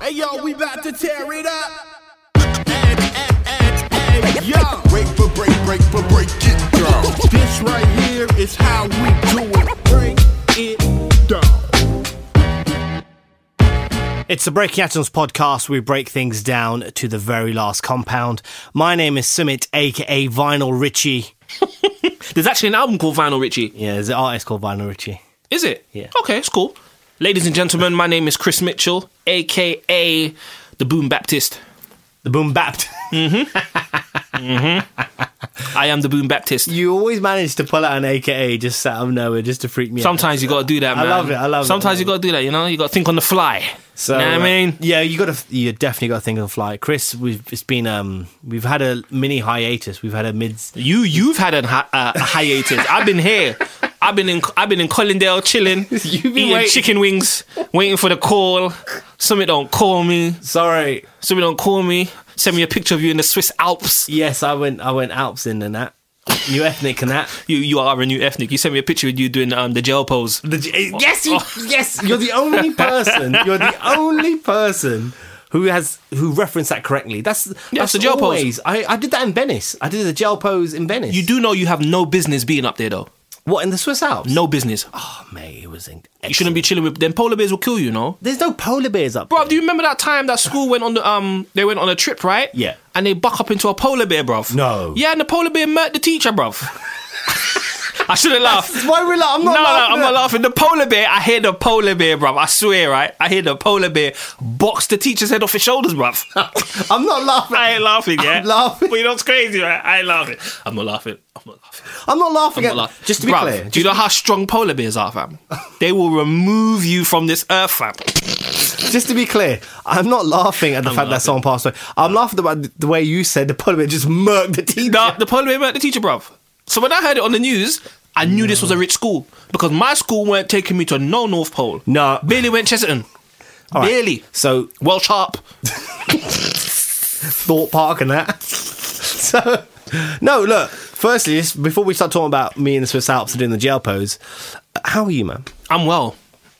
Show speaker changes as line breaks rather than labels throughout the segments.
Hey yo, we about to tear it up. Hey, hey, hey, hey, yo.
Break for break, break for break it down.
This right here is how we do it. Break it down.
It's the Breaking Atoms podcast. We break things down to the very last compound. My name is Summit, aka Vinyl Richie.
There's actually an album called Vinyl Richie.
Yeah, there's an artist called Vinyl Richie.
Is it?
Yeah.
Okay, it's cool. Ladies and gentlemen, my name is Chris Mitchell, aka the Boom Baptist.
The Boom Bapt.
I am the Boom Baptist.
you always manage to pull out an AKA just out of nowhere just to freak me out.
Sometimes you gotta do that,
I
man.
love it, I love it,
Sometimes
I
you gotta do that, you know? You gotta think on the fly.
So
So, I
uh,
mean?
yeah, you got to you definitely got to think of the flight, Chris. We've it's been um we've had a mini hiatus. We've had a mid.
You you've had a, hi- uh, a hiatus. I've been here. I've been in I've been in Collindale chilling,
You've been
eating
waiting.
chicken wings, waiting for the call. Somebody don't call me.
Sorry.
Somebody don't call me. Send me a picture of you in the Swiss Alps.
Yes, I went I went Alps in and that new ethnic and that.
You you are a new ethnic. You sent me a picture of you doing um, the gel pose.
The, eh,
Oh.
yes, you, yes, you're the only person. You're the only person who has who referenced that correctly. That's that's
it's the gel pose.
always, I I did that in Venice. I did the gel pose in Venice.
You do know you have no business being up there though.
what in the Swiss Alps?
No business.
oh, mate, it was.
You shouldn't be chilling with them. Polar bears will kill you, no.
There's no polar bears up.
Bro, do you remember that time that school went on the um they went on a trip, right?
Yeah.
And they buck up into a polar bear, bruv.
No.
Yeah, and the polar bear murdered the teacher, bruv. I shouldn't laugh.
Why we la- I'm
No,
not
no,
laughing
I'm
at-
not laughing. The polar bear, I hear the polar bear, bruv. I swear, right? I hear the polar bear box the teacher's head off his shoulders, bruv.
I'm not laughing.
I ain't laughing, yeah?
I'm laughing.
But you know what's crazy, right? I ain't laughing. I'm not laughing. I'm not laughing.
I'm not laughing
I'm
at.
not laughing.
Just to be
Bruv,
clear,
do you know how strong polar bears are, fam? they will remove you from this earth, fam.
just to be clear, I'm not laughing at the fact that someone passed away. I'm laughing about the- the way you said the polar bear just murked the teeth.
No, the polar bear murdered the teacher, bruv. So when I heard it on the news, I knew this was a rich school because my school weren't taking me to no North Pole.
No.
barely went Chesterton.
right.
Barely.
So
Welsh Harp.
Thought Park and that. so, no, look. Firstly, just before we start talking about me and the Swiss Alps and doing the jail pose, uh, how are you, man?
I'm well.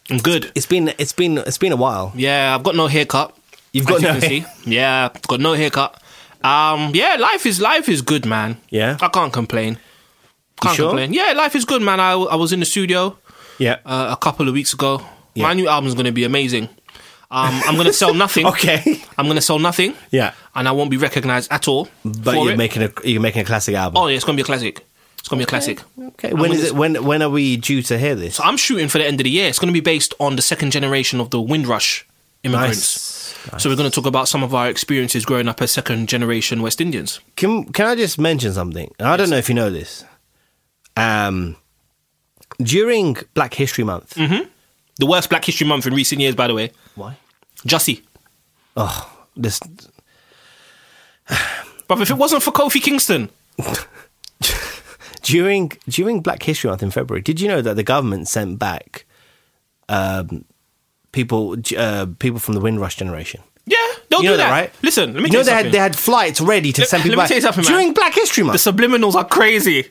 I'm good.
It's been it's been it's been a while.
Yeah, I've got no haircut.
You've got
as
no
you can see. Yeah, I've got no haircut. Um, yeah, life is life is good, man.
Yeah?
I can't complain. Can't
sure?
complain. Yeah, life is good, man. I, I was in the studio
Yeah.
uh, a couple of weeks ago.
Yeah.
My new album's going to be amazing. Um, I'm going to sell nothing.
okay.
I'm going to sell nothing.
Yeah.
And I won't be recognized at all.
But
for
you're
it.
making a you're making a classic album.
Oh, yeah, it's going to be a classic. It's going to be a classic.
okay. When
gonna-
is it? When when are we due to hear this?
So I'm shooting for the end of the year. It's going to be based on the second generation of the Windrush immigrants. So we're going to talk about some of our experiences growing up as second generation West Indians.
Can can I just mention something? I don't know if you know this. Um, during Black History Month,
Mm-hmm. The worst Black History Month in recent years, by the way.
why?
Jussie.
Oh, this
But if it wasn't for Kofi Kingston,
during during Black History Month in February. Did you know that the government sent back um, people uh, people from the Windrush generation?
yeah, they'll
You
do
know that, right?
Listen, let me
you know
tell you
they
something.
had they had flights ready to
Let-
send
let
people
me
back
tell you something, man.
during Black History
the
Month.
subliminals are crazy.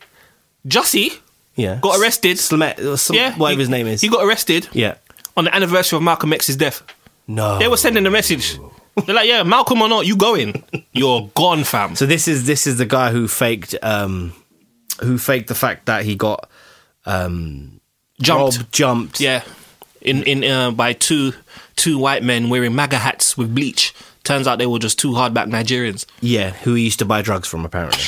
Jussie
yeah,
got arrested.
Slamet, or some,
yeah,
whatever
he-
his name is.
He got arrested
yeah,
on the anniversary of Malcolm X's death.
no,
They were sending a message. They're like, yeah, Malcolm or not, you going. You're gone, fam.
So this is this is the guy who faked um who faked the fact that he got um
Jumped.
robbed, jumped.
Yeah, in in uh, by two two white men wearing MAGA hats with bleach. Turns out they were just two hardback Nigerians.
Yeah, who he used to buy drugs from apparently.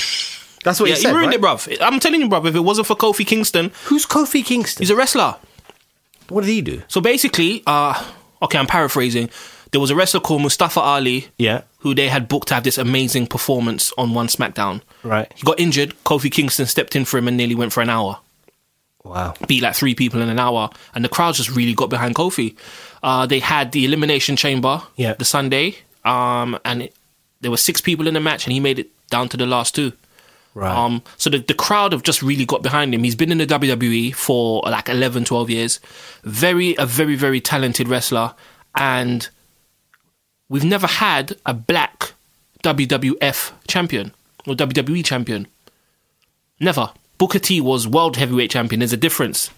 That's what
Yeah,
he said.
you ruined
right?
it, bruv. I'm telling you, bruv. If it wasn't for Kofi Kingston,
Who's Kofi Kingston?
he's a wrestler.
what did he do?
So basically, uh, okay, I'm paraphrasing. There was a wrestler called Mustafa Ali,
Yeah.
who they had booked to have this amazing performance on one SmackDown.
Right.
He got injured. Kofi Kingston stepped in for him and nearly went for an hour.
Wow.
beat like three people in an hour, and the crowd just really got behind Kofi. Uh, they had the Elimination Chamber
Yeah.
the Sunday, um, and it, there were six people in the match, and he made it down to the last two.
Right.
Um, so the, the crowd have just really got behind him. He's been in the WWE for like 11, 12 years. Very, a very, very talented wrestler. And we've never had a black WWF champion or WWE champion. Never. Booker T was world heavyweight champion. There's a difference.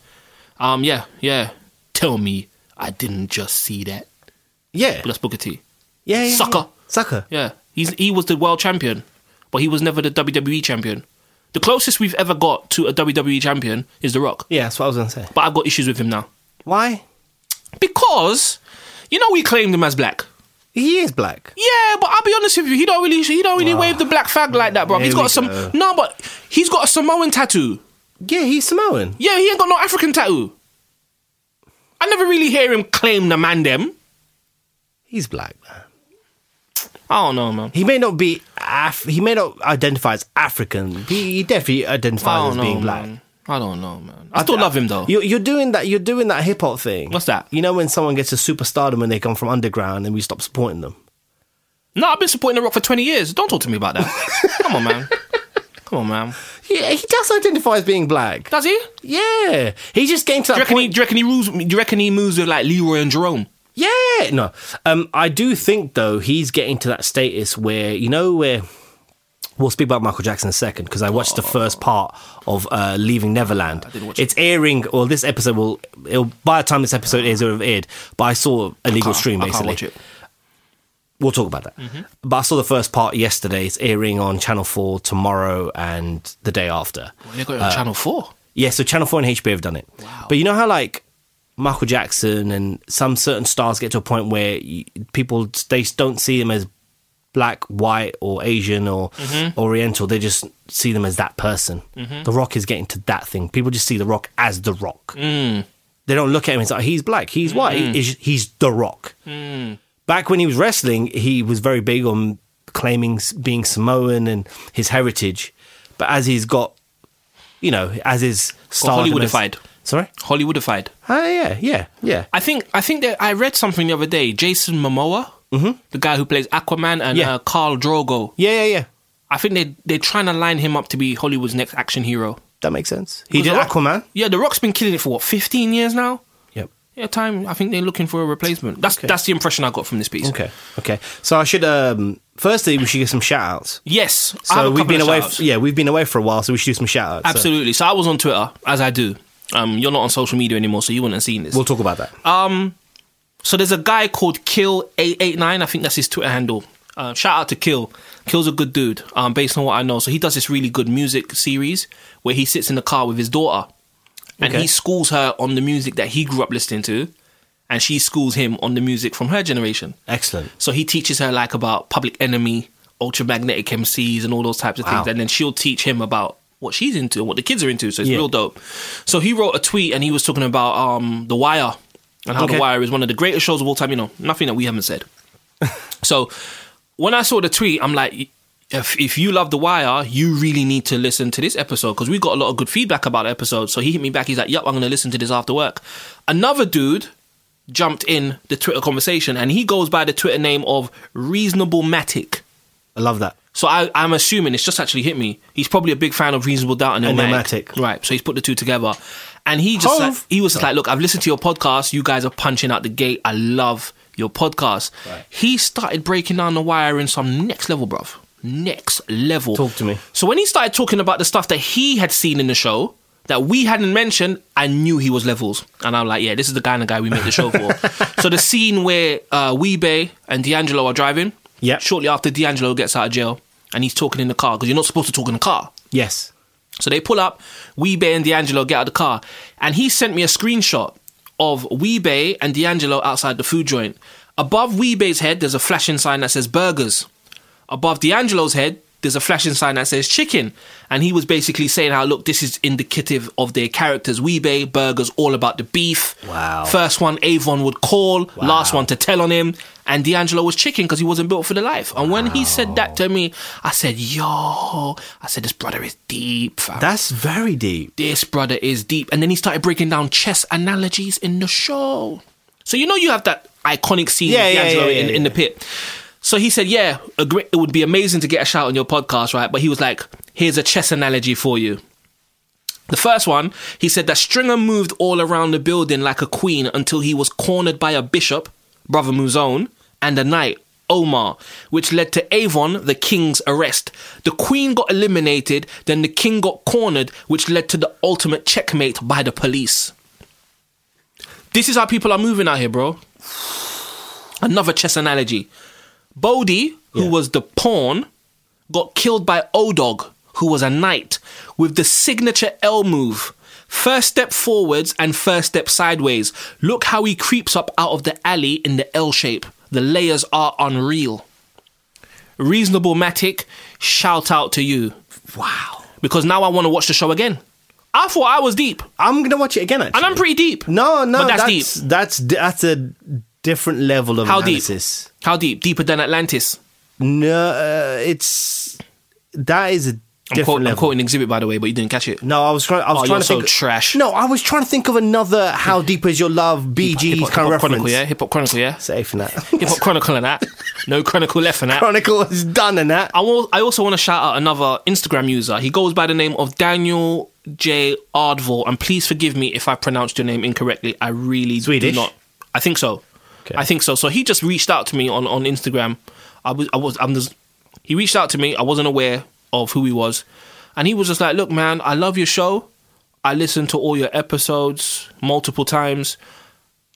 Um, yeah, yeah. Tell me I didn't just see that.
yeah.
But that's Booker T.
Yeah, yeah,
Sucker.
yeah. Sucker.
Yeah, he's he was the world champion, but he was never the WWE champion. The closest we've ever got to a WWE champion is The Rock,
Yeah, that's what I was gonna say.
but I've got issues with him now
Why?
because you know we claimed him as black.
He is black.
Yeah, but I'll be honest with you, he don't really he don't really wave the black flag like that, bro.
Here
He's
we
got some
go.
no, but he's got a Samoan tattoo.
Yeah, he's Samoan.
Yeah, he ain't got no African tattoo. I never really hear him claim the man them.
He's black, man.
I don't know, man.
He may not be Af- he may not identify as African. He, he definitely
I
identifies
don't
as
know,
being black.
Oh, man. I don't know, man. I still love him though.
You're, you're doing that. You're doing that hip hop thing.
What's that?
You know when someone gets a superstardom and they come from underground and we stop supporting them.
No, I've been supporting The Rock for 20 years. Don't talk to me about that. Come on, man. Come on, man.
Yeah, he does identify as being black.
Does he? Do
Yeah, he just came to
you
that
reckon,
point.
he, do you reckon he rules? Do you reckon he moves with like Leroy and Jerome?
Yeah, no. Um, I do think though he's getting to that status where you know where we'll speak about Michael Jackson in a second because I watched the first part of uh, Leaving Neverland. It's airing, or this episode will. It'll, by the time this episode is, it'll have aired. But I saw a legal
Can't-
stream
I
basically.
can't watch it. Mm-hmm.
We'll talk about that. But I saw the first part yesterday. It's airing on Channel Four tomorrow and the day after.
They got it on Channel 4.
Yeah, so Channel 4 and HBO have done it.
Wow.
But you know how, like, Michael Jackson and some certain stars get to a point where y people, they don't see them as black, white, or Asian or
Mm-hmm.
Oriental. They just see them as that person. The Rock is getting to that thing. People just see The Rock as The Rock.
Mm.
They don't look at him and say, oh, he's black, he's white, he- he's, he's The Rock.
Mm.
Back when he was wrestling, he was very big on claiming s- being Samoan and his heritage. But as he's got you know, as his style.
Hollywoodified.
Sorry?
Hollywoodified.
Ah, yeah, yeah, yeah.
I think I think that I read something the other day. Jason Momoa, mm-hmm. the guy who plays Aquaman, and
Yeah.
uh, Carl Drogo.
Yeah, yeah, yeah.
I think they they're trying to line him up to be Hollywood's next action hero.
That makes sense. He
'Cause
did
The Rock-
Aquaman.
Yeah, The Rock's been killing it for what 15 years now.
Yep.
Yeah, time. I think they're looking for a replacement. That's that's the impression I got from this piece.
Okay, okay. So I should, um, firstly, we should give some shout outs.
Yes. I have a
So we've
couple
been
of
away,
shout-outs.
f- yeah, we've been away for a while, so we should do some shout outs.
Absolutely. So I was on Twitter, as I do. Um, you're not on social media anymore, so you wouldn't have seen this.
we'll talk about that.
Uh, so there's a guy called Kill eight eight nine. I think that's his Twitter handle. Uh, shout out to Kill. Kill's a good dude. Um, based on what I know, so he does this really good music series where he sits in the car with his daughter, and
Okay.
he schools her on the music that he grew up listening to, and she schools him on the music from her generation.
Excellent.
So he teaches her like about Public Enemy, Ultramagnetic MCs, and all those types of
Wow.
things, and then she'll teach him about what she's into and what the kids are into. So it's
Yeah.
real dope. So he wrote a tweet and he was talking about um, The Wire and how
Okay.
The Wire is one of the greatest shows of all time. You know, nothing that we haven't said. so when I saw the tweet, I'm like. If, if you love The Wire, you really need to listen to this episode because we got a lot of good feedback about the episode. So he hit me back. He's like, Yup, I'm going to listen to this after work. Another dude jumped in the Twitter conversation, and he goes by the Twitter name of Reasonable Matic.
I love that.
So I, I'm assuming it's just actually hit me. He's probably a big fan of Reasonable Doubt and
And
Illmatic.
Illmatic.
right? So he's put the two together, and he just like,
Hove.
he was just like, "Look, I've listened to your podcast. You guys are punching out the gate. I love your podcast." He started breaking down the wire in some next level, bruv. Next level.
Talk to me.
So when he started talking about the stuff that he had seen in the show that we hadn't mentioned, I knew he was levels, and I'm like, yeah, this is the kind of guy we make the show for. so the scene where uh, Weebay and D'Angelo are driving,
Yep.
shortly after D'Angelo gets out of jail, and he's talking in the car because you're not supposed to talk in the car.
Yes.
So they pull up, Weebay and D'Angelo get out of the car. And he sent me a screenshot of Weebay and D'Angelo outside the food joint. Above Weebay's head, there's a flashing sign that says burgers. Above D'Angelo's head, there's a flashing sign that says chicken. And he was basically saying how, look, this is indicative of their characters. Weebay, burgers, all about the beef.
Wow.
First one, Avon would call. Last one to tell on him. And D'Angelo was chicken because he wasn't built for the life. And when he said that to me, I said, yo, I said, this brother is deep, fam
That's very deep.
this brother is deep. And then he started breaking down chess analogies in the show. So you know you have that iconic scene
Yeah,
with
yeah,
D'Angelo
yeah, yeah,
in, in the pit. So he said, yeah, a great, it would be amazing to get a shout on your podcast, right? But he was like, here's a chess analogy for you. The first one, he said that Stringer moved all around the building like a queen until he was cornered by a bishop, Brother Muzon, and a knight, Omar, which led to Avon, the king's arrest. The queen got eliminated, then the king got cornered, which led to the ultimate checkmate by the police. This is how people are moving out here, bro. Another chess analogy. Bodhi, who
Yeah.
was the pawn, got killed by Odog, who was a knight, with the signature L move. First step forwards and first step sideways. Look how he creeps up out of the alley in the L shape. The layers are unreal. Reasonable Matic, shout out to you. Wow. Because now I want to watch the show again. I thought I was deep,
I'm gonna watch it again. Actually,
and I'm pretty deep.
no, no,
But that's
that's
deep.
that's that's, di- that's a different level of
How deep?
analysis.
How deep? Deeper than Atlantis.
No, uh, it's that is a
I'm,
different
quote, I'm
level.
quoting Exhibit, by the way, but you didn't catch it.
No, I was trying. I was
Oh,
trying
you're
to
so
think.
trash.
No, I was trying to think of another. How deep is your love? BG
Hip-hop-
kind of
Hip-Hop Chronicle,
reference.
yeah? Hip Hop Chronicle, yeah?
Safe in that.
Hip Hop Chronicle and that. No Chronicle left in that.
Chronicle is done in that.
I, will, I also want to shout out another Instagram user. He goes by the name of Daniel J. Ardvor, and please forgive me if I pronounced your name incorrectly. I really
Swedish?
do not. I think so. I think so. So he just reached out to me on, on Instagram. I was I was I'm just, he reached out to me. I wasn't aware of who he was, and he was just like, "Look, man, I love your show. I listened to all your episodes multiple times.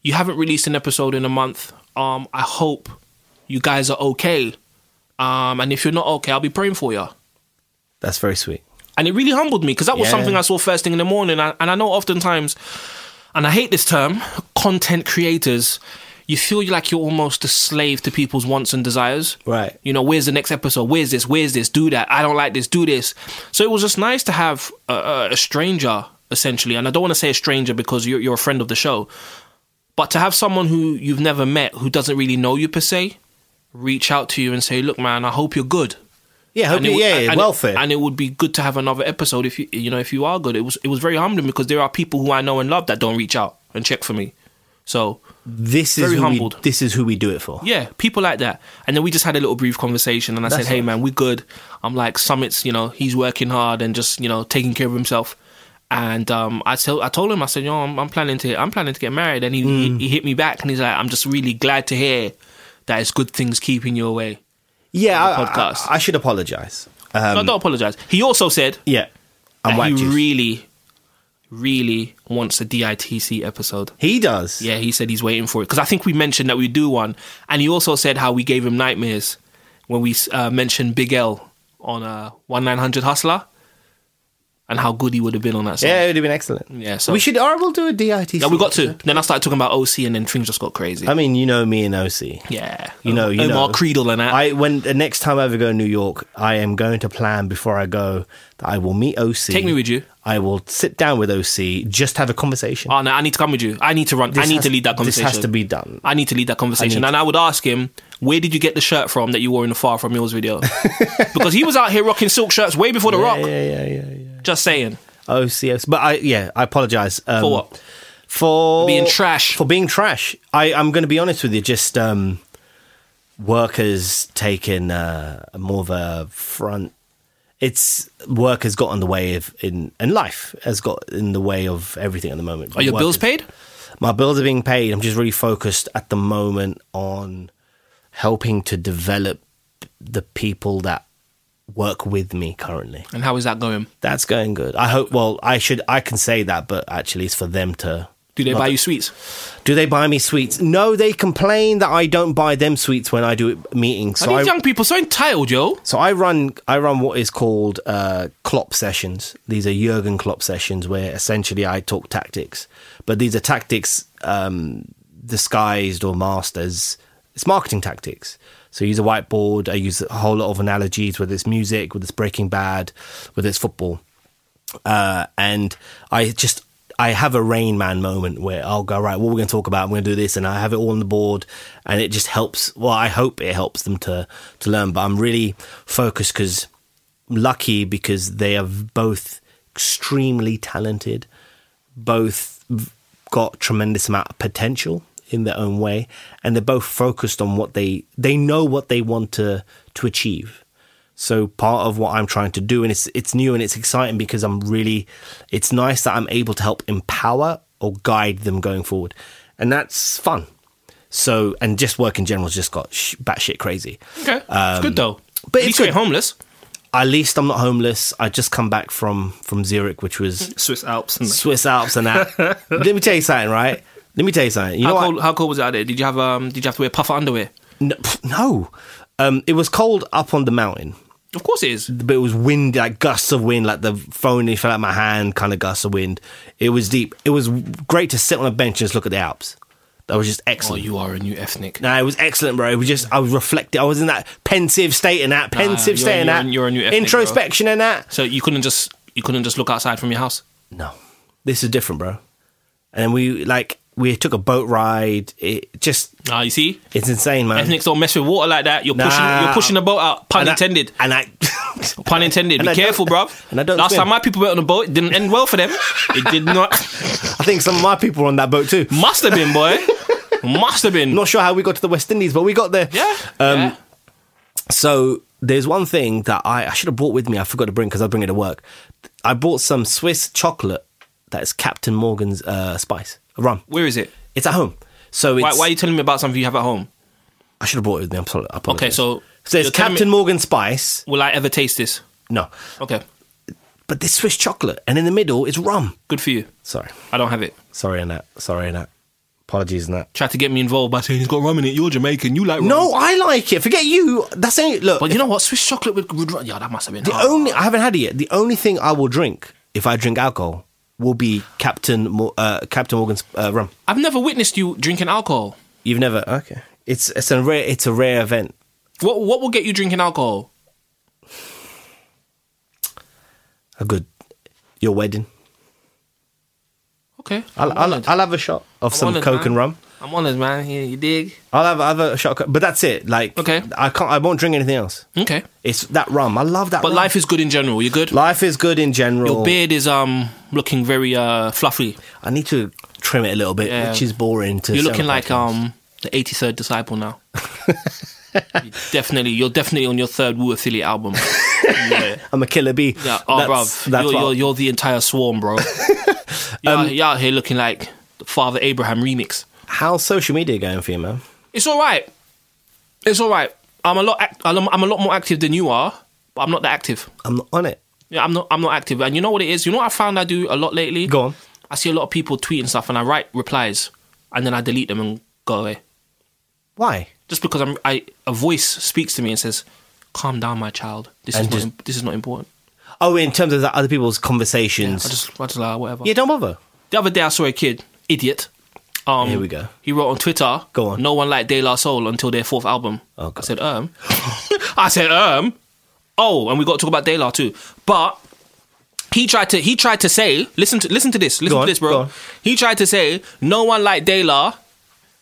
You haven't released an episode in a month. Um, I hope you guys are okay. Um, and if you're not okay, I'll be praying for you."
That's very sweet.
and it really humbled me because that was
Yeah.
something I saw first thing in the morning. And, and I know oftentimes, and I hate this term, content creators, you feel like you're almost a slave to people's wants and desires.
Right.
You know, where's the next episode? Where's this? Where's this? Do that. I don't like this. Do this. So it was just nice to have a, a, a stranger, essentially. And I don't want to say a stranger because you're, you're a friend of the show, but to have someone who you've never met, who doesn't really know you per se, reach out to you and say, look, man, I hope you're good
Yeah, hope
it
you,
would-
yeah, yeah,
and-
welfare.
and it would be good to have another episode if you you know if you are good. It was it was very humbling because there are people who I know and love that don't reach out and check for me. So
this is
very
who
humbled.
We, this is who we do it for.
yeah, people like that. And then we just had a little brief conversation, and I said,
That's
"Hey
nice.
man, we good." I'm like, "Summits, you know, he's working hard and just you know taking care of himself." And um, I told I told him I said, "Yo, I'm, I'm planning to I'm planning to get married," and he,
Mm.
he he hit me back and he's like, "I'm just really glad to hear that it's good things keeping you away."
yeah.
On
I,
the podcast.
I, I should apologize. Um,
no, don't apologize. He also said,
yeah, I'm
that
white
he
juice.
really, really wants a DITC episode.
he does.
Yeah, he said he's waiting for it because I think we mentioned that we do one, and he also said how we gave him nightmares when we uh, mentioned Big L on uh, one nine hundred Hustler, and how good he would have been on that song.
yeah, it would have been excellent.
Yeah, so-
we should. Or we'll do a DITC.
Yeah, we got to. Then I started talking about OC, and then things just got crazy.
I mean, you know me and OC.
yeah,
Um, You know, you
Omar
know.
Creedle and that.
I when the next time I ever go to New York, I am going to plan before I go that I will meet OC.
Take me with you.
I will sit down with OC, just have a conversation.
oh no, I need to come with you. I need to run. I
This
need
has-
to lead that conversation.
This has to be done.
I need to lead that conversation.
I need
and I would ask him, where did you get the shirt from that you wore in the Far From Yours video? because he was out here rocking silk shirts way before The Rock.
Yeah, yeah, yeah, yeah.
Just saying.
OCS, but I yeah, I apologize um,
For what?
for
Being trash.
For being trash. I I'm going to be honest with you. Just um, workers taking uh, more of a front. It's work has got in the way of in and life has got in the way of everything at the moment.
Are your bills paid?
My bills are being paid. I'm just really focused at the moment on helping to develop the people that work with me currently.
And how is that going?
That's going good. I hope. Well, I should. I can say that, but actually, it's for them to.
Do they
Not
buy
that-
you sweets?
Do they buy me sweets? No, they complain that I don't buy them sweets when I do meetings.
Are
So
these
I,
young people so entitled, yo?
so I run. I run what is called uh, Klopp sessions. These are Jurgen Klopp sessions where essentially I talk tactics, but these are tactics um, disguised or masked as it's marketing tactics. So I use a whiteboard. I use a whole lot of analogies, whether it's music, whether it's Breaking Bad, whether it's football. uh, and I just I have a Rain Man moment where I'll go right. What we're going to talk about? I'm going to do this, and I have it all on the board, and it just helps. Well, I hope it helps them to to learn. But I'm really focused because lucky because they are both extremely talented, both v- got tremendous amount of potential in their own way, and they're both focused on what they they know what they want to to achieve. So part of what I'm trying to do, and it's it's new and it's exciting because I'm really, it's nice that I'm able to help empower or guide them going forward, and that's fun. So and just work in general's just got sh- batshit crazy.
Okay. it's good though.
Um, but it's
At least you ain't
good.
homeless.
At least I'm not homeless. I just come back from from Zurich, which was
Swiss Alps. And
Swiss Alps and that. Let me tell you something, right? Let me tell you something. You
how,
know what?
cold, how cold was it out there? Did you have um? Did you have to wear puffer underwear?
No, pff, no. Um, it was cold up on the mountain,
Of course it is.
but it was wind, like gusts of wind, like the phone it fell out of my hand, kind of gusts of wind. It was deep. It was great to sit on a bench and just look at the Alps. That was just
Oh,
excellent.
you are a new ethnic.
No, it was excellent, bro. It was just I was reflecting. I was in that pensive state and that pensive
you're-
state and
you're-
that
you're a new ethnic,
introspection and that.
So you couldn't just you couldn't just look outside from your house.
No, this is different, bro. And then we like we took a boat ride. It just
Ah, you see,
it's insane, man.
ethnics don't mess with water like that. You're
Nah.
pushing you're pushing the boat out. Pun
And I-
intended.
and I
Pun intended.
And
Be
I don't-
careful, bruv.
and I don't
Last
swim.
time my people went on a boat, it didn't end well for them. It did not.
I think some of my people were on that boat too.
Must have been, boy. Must have been.
Not sure how we got to the West Indies, but we got there.
yeah.
Um,
yeah.
So there's one thing that I, I should have brought with me. I forgot to bring because I bring it to work. I bought some Swiss chocolate that is Captain Morgan's uh, spice rum.
Where is it?
It's at home. So it's,
Why, why are you telling me about something you have at home?
I should have brought it with me. I'm sorry. I
Okay,
apologize.
so
so it's
you're telling me-
Captain Morgan spice.
Will I ever taste this?
No,
Okay,
but this Swiss chocolate, and in the middle it's rum.
good for you.
Sorry,
I don't have it.
sorry, Annette. Sorry, Annette. Apologies, Annette.
Tried to get me involved by saying he's got rum in it. You're Jamaican. You like rum.
No, I like it. Forget you. That's only look.
But you know what? Swiss chocolate would, would run. Yeah, that must have been.
the
hard.
only I haven't had it yet. The only thing I will drink if I drink alcohol will be Captain Mo- uh, Captain Morgan's uh, rum.
I've never witnessed you drinking alcohol.
You've never okay. It's it's a rare it's a rare event.
What what will get you drinking alcohol?
A good your wedding.
Okay,
I'll
I'm
I'll,
honoured.
I'll have a shot of some
on it,
coke
man.
and rum.
I'm honest, man. Yeah, you dig?
I'll have, I'll have a shot, of coke, but that's it. Like
Okay.
I can't. I won't drink anything else.
Okay,
It's that rum. I love that.
but
rum.
life is good in general. You good?
life is good in general.
Your beard is um looking very uh fluffy.
I need to trim it a little bit,
Yeah.
which is boring. To
You're
sell
looking
a
like
podcast.
um the eighty third disciple now. You definitely, you're definitely on your third Wu Affiliate album. yeah.
I'm a killer bee.
Yeah. Oh,
That's-
bruv.
that's
you're,
what- Um,
you're, you're the entire swarm, bro. you're, out- you're out here looking like the Father Abraham remix.
How's social media going for you, man?
It's all right. It's all right. I'm a lot. Act- I'm I'm a lot more active than you are, but I'm not that active.
I'm not on it.
Yeah, I'm not. I'm not active. And you know what it is? You know what I found I do a lot lately.
Go on.
I see a lot of people tweeting stuff, and I write replies, and then I delete them and go away.
Why?
just because I'm, I a voice speaks to me and says, "Calm down, my child. This
And
is
just-
not, im- this is not important."
Oh, in terms of the other people's conversations.
I just, I just like whatever.
yeah, don't bother.
The other day, I saw a kid, idiot. Um,
Here we go.
He wrote on Twitter,
Go on.
No one liked De La Soul until their fourth album."
Oh, God.
I said, "Um," I said, "Um." Oh, and we got to talk about De La too, but. He tried to. He tried to say. Listen to. Listen to this. Listen
Go
to
on,
this,
go
bro.
on.
He tried to say no one liked De La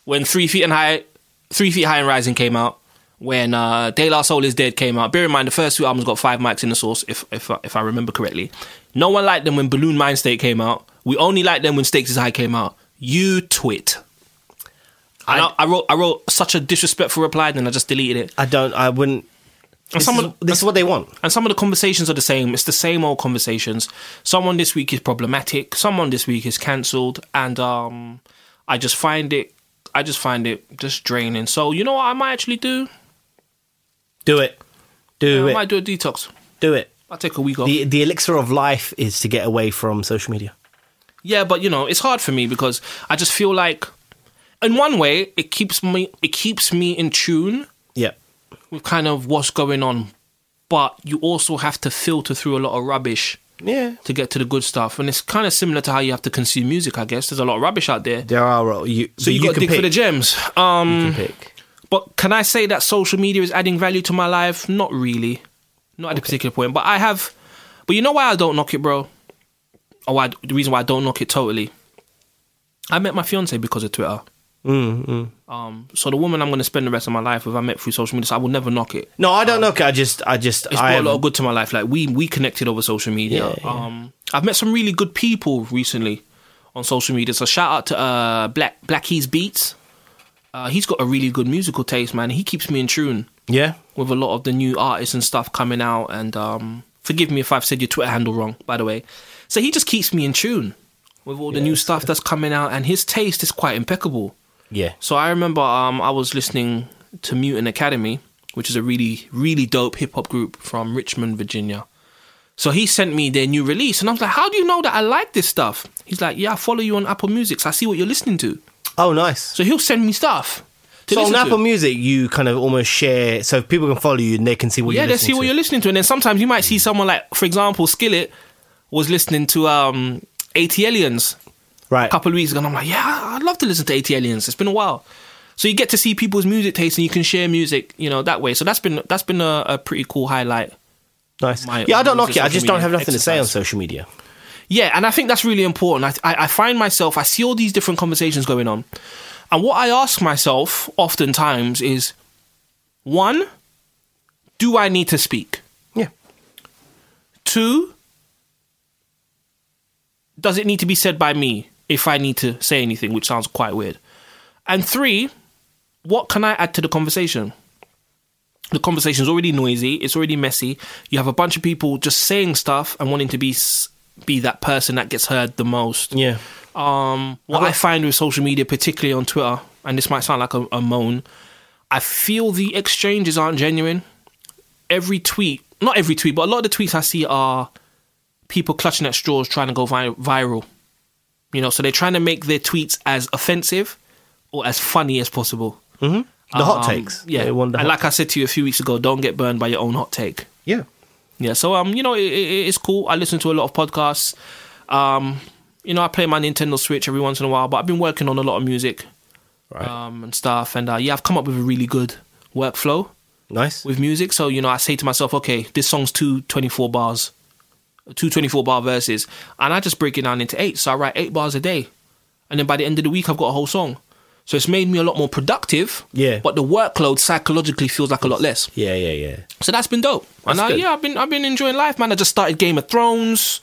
when Three Feet and High, Three Feet High and Rising came out, when uh, De La Soul is Dead came out. Bear in mind the first two albums got five mics in the source, if if if I remember correctly. No one liked them when Balloon Mind State came out. We only liked them when Stakes is High came out. You twit. And I, I wrote I wrote such a disrespectful reply, then I just deleted it.
I don't. I wouldn't. This,
some
is,
of-
this is what they want.
And some of the conversations are the same. It's the same old conversations. Someone this week is problematic. Someone this week is cancelled, and um, I just find it. I just find it just draining. So you know what I might actually do?
Do it. Do
I
it.
might do a detox.
Do it.
I'll take a week off.
The the elixir of life is to get away from social media.
yeah, but you know, it's hard for me because I just feel like, in one way, it keeps me. It keeps me in tune
Yeah.
with kind of what's going on, but you also have to filter through a lot of rubbish.
Yeah.
to get to the good stuff. And it's kind of similar to how you have to consume music, I guess. There's a lot of rubbish out there.
There are uh, you.
So you, got to
can
dig
pick. Mm.
for the gems. Um,
You can pick.
but can I say that social media is adding value to my life? Not really. Not at a particular point. But I have. But you know why I don't knock it, bro? Or why, the reason why I don't knock it totally. I met my fiance because of Twitter.
Mm, mm.
Um, so the woman I'm going to spend the rest of my life with, I met through social media. So I will never knock it.
No, I don't know. I just, I just,
Um, it's
I
brought a lot
haven't-
of good to my life. Like we we connected over social media.
Yeah, yeah.
Um, I've met some really good people recently on social media. So shout out to uh, Black Black Keys Beats. Uh, he's got a really good musical taste, man. He keeps me in tune
yeah.
with a lot of the new artists and stuff coming out. And um, forgive me if I've said your Twitter handle wrong, by the way. So he just keeps me in tune with all the new stuff that's coming out, and his taste is quite impeccable.
Yeah.
So I remember um, I was listening to Mutant Academy, which is a really, really dope hip hop group from Richmond, Virginia. So he sent me their new release, and I was like, How do you know that I like this stuff? He's like, Yeah, I follow you on Apple Music, so I see what you're listening to.
Oh, nice.
So he'll send me stuff. to
so on
listen to.
Apple Music, you kind of almost share, so people can follow you and they can see what
yeah,
you're
they see
listening
what
to.
you're listening to, and then sometimes you might see someone like, for example, Skillet was listening to um, AT Aliens
right.
a couple of weeks ago, and I'm like, yeah, I'd love to listen to AT Aliens. It's been a while, so you get to see people's music tastes, and you can share music, you know, that way. So that's been that's been a, a pretty cool highlight.
nice.
my-
yeah, I don't
my
knock it. I
social
just don't
media
have nothing to say on
exercise.
social media.
Yeah, and I think that's really important. I, I, I find myself, I see all these different conversations going on. And what I ask myself oftentimes is one, do I need to speak?
Yeah.
Two, does it need to be said by me if I need to say anything, which sounds quite weird? And three, what can I add to the conversation? The conversation's already noisy, it's already messy. You have a bunch of people just saying stuff and wanting to be s- be that person that gets heard the most.
Yeah.
Um, what I find with social media, particularly on Twitter, and this might sound like a, a moan, I feel the exchanges aren't genuine. Every tweet, not every tweet, but a lot of the tweets I see are people clutching at straws trying to go vi- viral. You know, so they're trying to make their tweets as offensive or as funny as possible.
The hot
Um,
takes.
yeah.
They want the
and
hot-
like I said to you a few weeks ago, don't get burned by your own hot take.
yeah.
Yeah, so um, you know, it, it, it's cool. I listen to a lot of podcasts. Um, you know, I play my Nintendo Switch every once in a while, but I've been working on a lot of music,
Right.
um, and stuff. And uh, yeah, I've come up with a really good workflow
nice.
with music. So you know, I say to myself, okay, this song's two twenty-four bars, two twenty-four bar verses, and I just break it down into eight. So I write eight bars a day, and then by the end of the week, I've got a whole song. So it's made me a lot more productive.
Yeah.
but the workload psychologically feels like a lot less.
Yeah, yeah, yeah.
So that's been dope.
That's
and I,
good.
yeah, I've been I've been enjoying life, man. I just started Game of Thrones.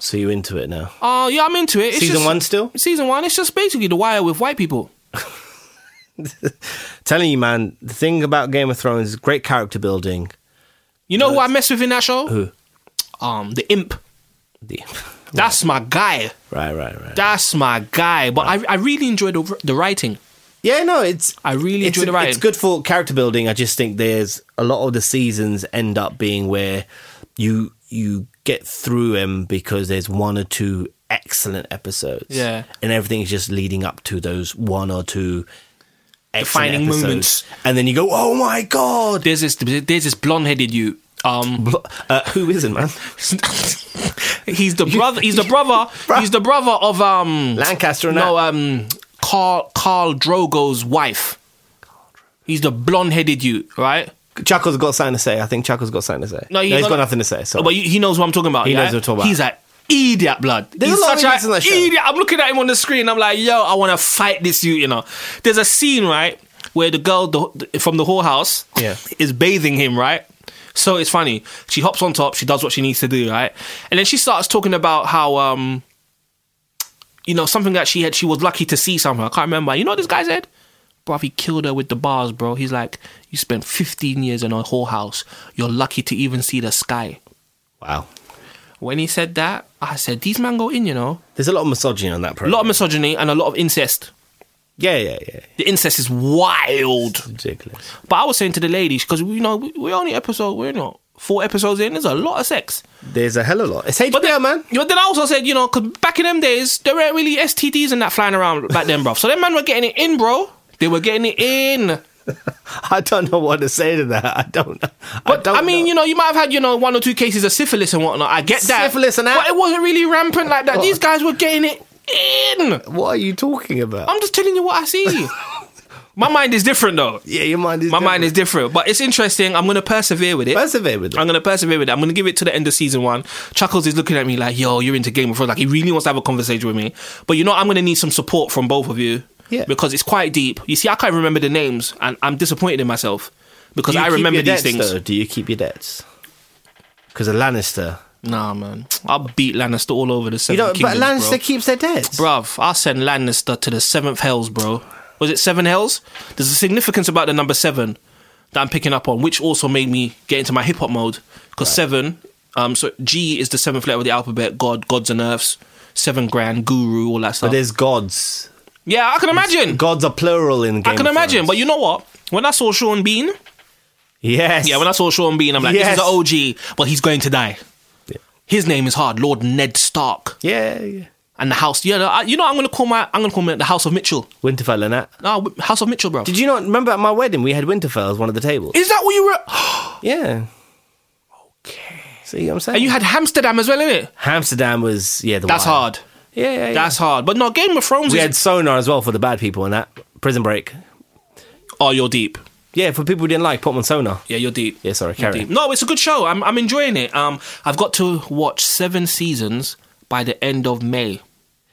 So you're into it now.
Oh, yeah, I'm into it. It's
Season
just-
one still?
Season one. It's just basically the wire with white people.
Telling you, man, the thing about Game of Thrones is great character building.
You know who I mess with in that show?
Who?
Um, the imp.
The-
That's my guy.
right, right, right.
That's my guy. But I I really enjoyed the, the writing.
Yeah, no, it's
I really
it's,
enjoy the writing.
It's good for character building. I just think there's a lot of the seasons end up being where you you get through them because there's one or two excellent episodes.
Yeah.
and everything is just leading up to those one or two excellent
Defining
episodes.
moments.
and then you go, "Oh my god,
There's this there's this blonde headed you. Um,
uh, who isn't man
he's the brother. He's the brother. he's the brother of um
Lancaster and
No,
that?
um, Carl Carl Drogo's wife. He's the blonde-headed you, right?
Chuckle's got something to say. I think Chuckle's got something to say. No,
No, he's
he's
not-
got nothing to say. So
Oh, But you, he knows what I'm talking about.
He
yeah?
knows what I'm talking about.
He's an idiot, blood.
There's
He's
a lot of
such
idiots
an
in that show.
idiot. I'm looking at him on the screen. I'm like, yo, I want to fight this you. You know, there's a scene right where the girl the, from the whole house
Yeah.
is bathing him, right? So it's funny. She hops on top. She does what she needs to do, right? And then she starts talking about how um, you know, something that she had. She was lucky to see somehow. I can't remember. You know what this guy said? Bro, he killed her with the bars, bro. He's like, you spent 15 years in a whorehouse. You're lucky to even see the sky.
wow,
When he said that, I said, these men go in, you know.
there's a lot of misogyny on that
A
program.
lot of misogyny and a lot of incest.
yeah, yeah, yeah.
The incest is wild.
Ridiculous.
But I was saying to the ladies, because, you know, we- we're only episode, we're not four episodes in, there's a lot of sex.
There's a hell of a lot. It's HBO,
But then,
man.
But then I also said, you know, because back in them days, there weren't really STDs and that flying around back then, bro. So them men were getting it in, bro. They were getting it in.
I don't know what to say to that. I don't know.
But I, mean, you know, you might have had, you know, one or two cases of syphilis and whatnot. I get that.
Syphilis and that. Oh.
But it wasn't really rampant like that. These guys were getting it in.
know, what are you talking about?
I'm just telling you what I see. My mind is different though.
yeah, your mind is.
My mind is different, but it's interesting. I'm gonna persevere with it.
Persevere with it.
I'm gonna persevere with it. I'm gonna give it to the end of season one. Chuckles is looking at me like, "Yo, you're into Game of Thrones." Like he really wants to have a conversation with me. But you know, I'm gonna need some support from both of you.
Yeah.
Because it's quite deep. You see, I can't remember the names, and I'm disappointed in myself because
Do you
I
keep
remember
your debts,
these things.
Though? Do you keep your debts? Because a Lannister,
Nah, man, I'll beat Lannister all over the
you
Seven
know, but
Kingdoms,
Lannister
bro.
keeps their debts.
Bruv, I'll send Lannister to the seventh hells, bro. Was it seven hells? There's a significance about the number seven that I'm picking up on, which also made me get into my hip hop mode. Because seven, um, so G is the seventh letter of the alphabet, God, gods and earths, seven grand, guru, all that stuff.
There's gods.
yeah, I can imagine.
Gods are plural in Game.
I can
of
imagine.
Thrones.
But you know what? When I saw Sean Bean,
yes,
yeah, when I saw Sean Bean, I'm like,
Yes.
this is an OG, but he's going to die. His name is hard, Lord Ned Stark.
yeah, yeah.
and the house. Yeah, I, you know what I'm gonna call my I'm gonna call my the House of Mitchell.
Winterfell and that.
No, w- House of Mitchell, bro.
Did you not remember at my wedding we had Winterfell as one of the tables?
Is that what you were?
yeah. Okay. See what I'm saying?
And you had Amsterdam as well, innit?
Amsterdam was yeah the
That's
one.
hard.
Yeah, yeah, yeah.
That's hard. But no, Game of Thrones.
we
is,
had Sonar as well for the bad people and that Prison Break.
oh, you're deep.
Yeah, for people who didn't like, put them on Sonar.
Yeah, you're deep.
Yeah, sorry,
You're
carry.
deep. No, it's a good show. I'm I'm enjoying it. Um, I've got to watch seven seasons by the end of May.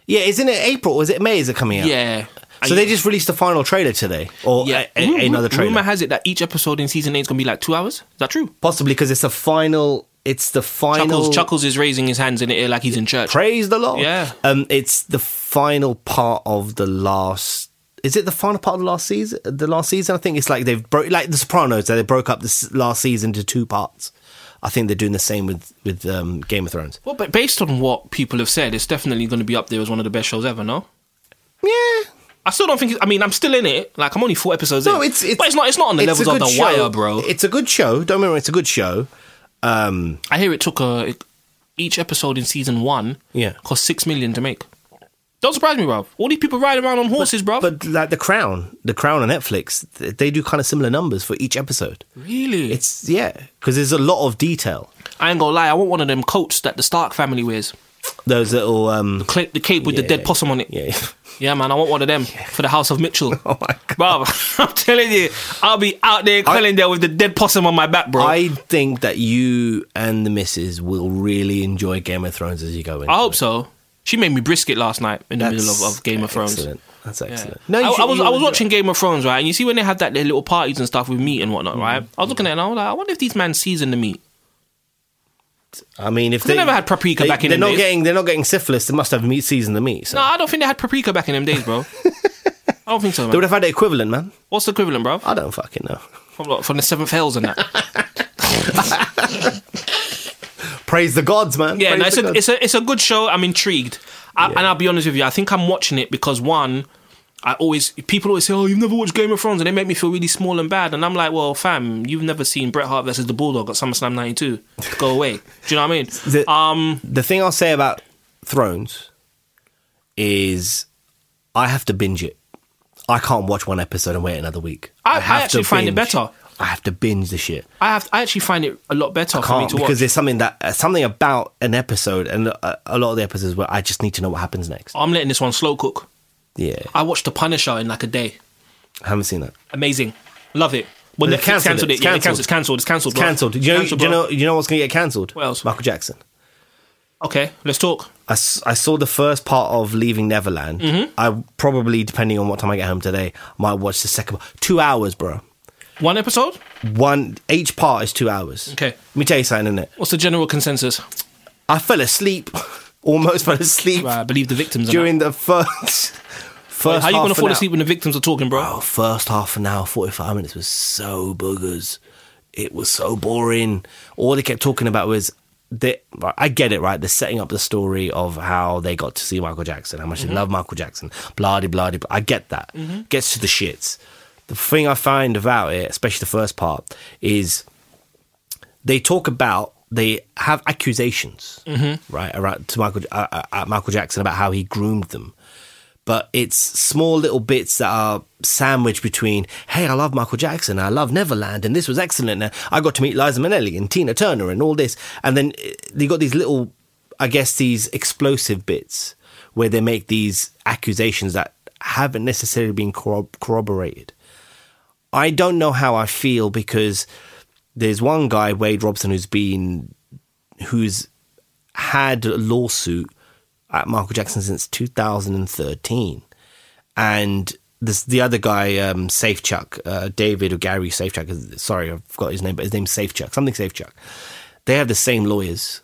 Yeah, isn't it April or is it May? Is it coming out?
Yeah.
So they just released the final trailer today, or
yeah.
a- a- another trailer,
Rumor
Possibly 'cause
has it that each episode in season eight is gonna be like two hours. Is that true?
possibly because it's the final. It's the final.
Chuckles, Chuckles is raising his hands in the air like he's in church.
Praise the Lord.
Yeah.
Um, it's the final part of the last. Is it the final part of the last season? The last season, I think it's like they've broke, like the Sopranos, that they broke up this last season into two parts. I think they're doing the same with with um, Game of Thrones.
Well, but based on what people have said, it's definitely going to be up there as one of the best shows ever. No,
Yeah.
I still don't think. It's, I mean, I'm still in it. Like I'm only four episodes in.
No, it's, it's
but it's not. It's not on the
it's
levels
a
of
good
the
show.
Wire, bro.
It's a good show. Don't remember, it's a good show. Um,
I hear it took a each episode in season one.
Yeah.
cost six million to make. Don't surprise me, bro. All these people riding around on horses, bro.
But like The Crown, The Crown on Netflix, th- they do kind of similar numbers for each episode.
really,
It's yeah, because there's a lot of detail.
I ain't gonna lie. I want one of them coats that the Stark family wears.
Those little um,
Cla- the cape with the dead possum on it. Yeah.
yeah.
man. I want one of them for the House of Mitchell.
Oh my God.
Bro, I'm telling you, I'll be out there in
I-
Quellendale with the dead possum on my back, bro.
I think that you and the missus will really enjoy Game of Thrones as you go in.
I hope so. She made me brisket last night in the
That's
middle of, of Game of Thrones.
Excellent. That's excellent.
No,
you
I,
should-
I was
you
I was
will
watching Game of Thrones, right? And you see when they have that their little parties and stuff with meat and whatnot, right? I was looking at it and I was like, I wonder if these men season the meat.
enjoy- I mean, if they,
never had paprika
they,
back in
they're
the
not
days.
getting they're not getting syphilis. They must have meat season the meat. So.
No, I don't think they had paprika back in them days, bro. I don't think so,
They would
man.
have had the equivalent, man.
What's the equivalent, bro?
I don't fucking know.
From, like, from the Seventh Hells and that.
Praise the gods, man.
Yeah,
Praise
no, it's
the
a,
gods.
it's a it's a good show. I'm intrigued, I, and I'll be honest with you. I think I'm watching it because one, I always people always say, "Oh, you've never watched Game of Thrones," and they make me feel really small and bad. And I'm like, "Well, fam, you've never seen Bret Hart versus the Bulldog at SummerSlam '92. Go away." Do you know what I mean?
The-
um,
the thing I'll say about Thrones is I have to binge it. I can't watch one episode and wait another week.
I- I
have to
actually find it
binge.
better.
I have to binge the shit.
I have I actually find it a lot better for me
can't
to
because
watch.
there's something that uh, something about an episode and a, a lot of the episodes where I just need to know what happens next.
I'm letting this one slow cook.
Yeah,
I watched The Punisher in like a day.
I haven't seen that.
Amazing, love it. Well,
They've
Netflix
cancelled
cancelled
it.
it.
It's
Yeah, they
cancelled.
cancelled. It's cancelled. It's cancelled.
It's
bro.
cancelled. Do you know?
Cancelled,
do you
bro.
know? You know what's going to get cancelled?
What else?
Michael Jackson.
Okay, let's talk.
I, s- I saw the first part of Leaving Neverland.
Mm-hmm.
I probably, depending on what time I get home today, might watch the second. part. Two hours, bro.
One episode.
One each part is two hours.
Okay.
Let me tell you something, innit?
What's the general consensus?
I fell asleep, almost fell asleep
Right, I believe the victims. Are
during the first. First
How you
going
gonna
to
fall asleep when the victims are talking, bro?
Oh, first half an hour, 45 minutes was so boogers. It was so boring. All they kept talking about was. They, right, I get it, right? They're setting up the story of how they got to see Michael Jackson, how much they love Michael Jackson, blah de blah de. blah. I get that. Gets to the shits. The thing I find about it, especially the first part, is they talk about they have accusations, right, around to Michael uh, uh, at Michael Jackson about how he groomed them, but it's small little bits that are sandwiched between hey i love michael jackson i love neverland and this was excellent and i got to meet liza minnelli and tina turner and all this and then eh, they got these little i guess these explosive bits where they make these accusations that haven't necessarily been corrob- corroborated i don't know how i feel because there's one guy wade robson who's been who's had a lawsuit at Michael Jackson since 2013, and this the other guy, um, Safechuck, uh, David or Gary Safechuck. is- Sorry, I forgot his name, but his name's Safechuck, something Safechuck. They have the same lawyers.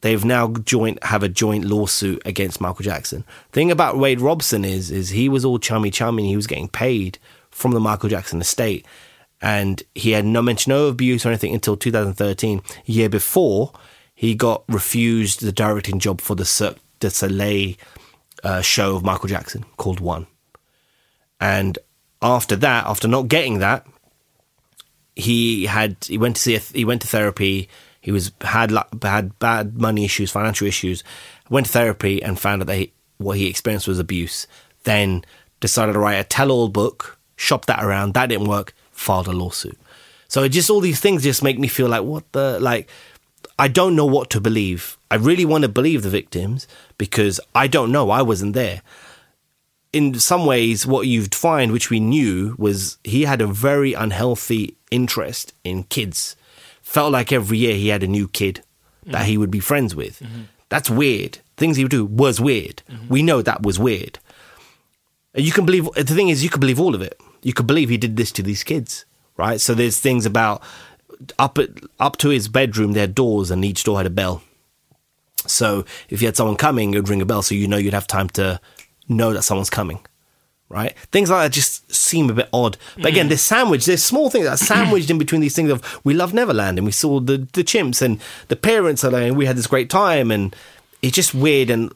They've now joint have a joint lawsuit against Michael Jackson. Thing about Wade Robson is is he was all chummy chummy. and He was getting paid from the Michael Jackson estate, and he had no mention of abuse or anything until 2013. A year before, he got refused the directing job for the Cirque du Soleil uh, show of Michael Jackson called One. And after that, after not getting that, he had he went to see a th- he went to therapy. He was had lu- had bad money issues, financial issues. Went to therapy and found out that he, what he experienced was abuse. Then decided to write a tell-all book, shopped that around. That didn't work. Filed a lawsuit. So it just all these things just make me feel like what the like. I don't know what to believe. I really want to believe the victims because I don't know. I wasn't there in some ways, what you'd find, which we knew, was he had a very unhealthy interest in kids. Felt like every year he had a new kid that he would be friends with. That's weird. Things he would do was weird. We know that was weird. And you can believe the thing is, you could believe all of it. You could believe he did this to these kids, right? So there's things about up at, up to his bedroom. There are doors, and each door had a bell. So if you had someone coming, it would ring a bell, so you know you'd have time to know that someone's coming, right? Things like that just seem a bit odd. But again, this sandwich, there's small things that are sandwiched in between these things of we love Neverland and we saw the the chimps and the parents are there and we had this great time and it's just weird and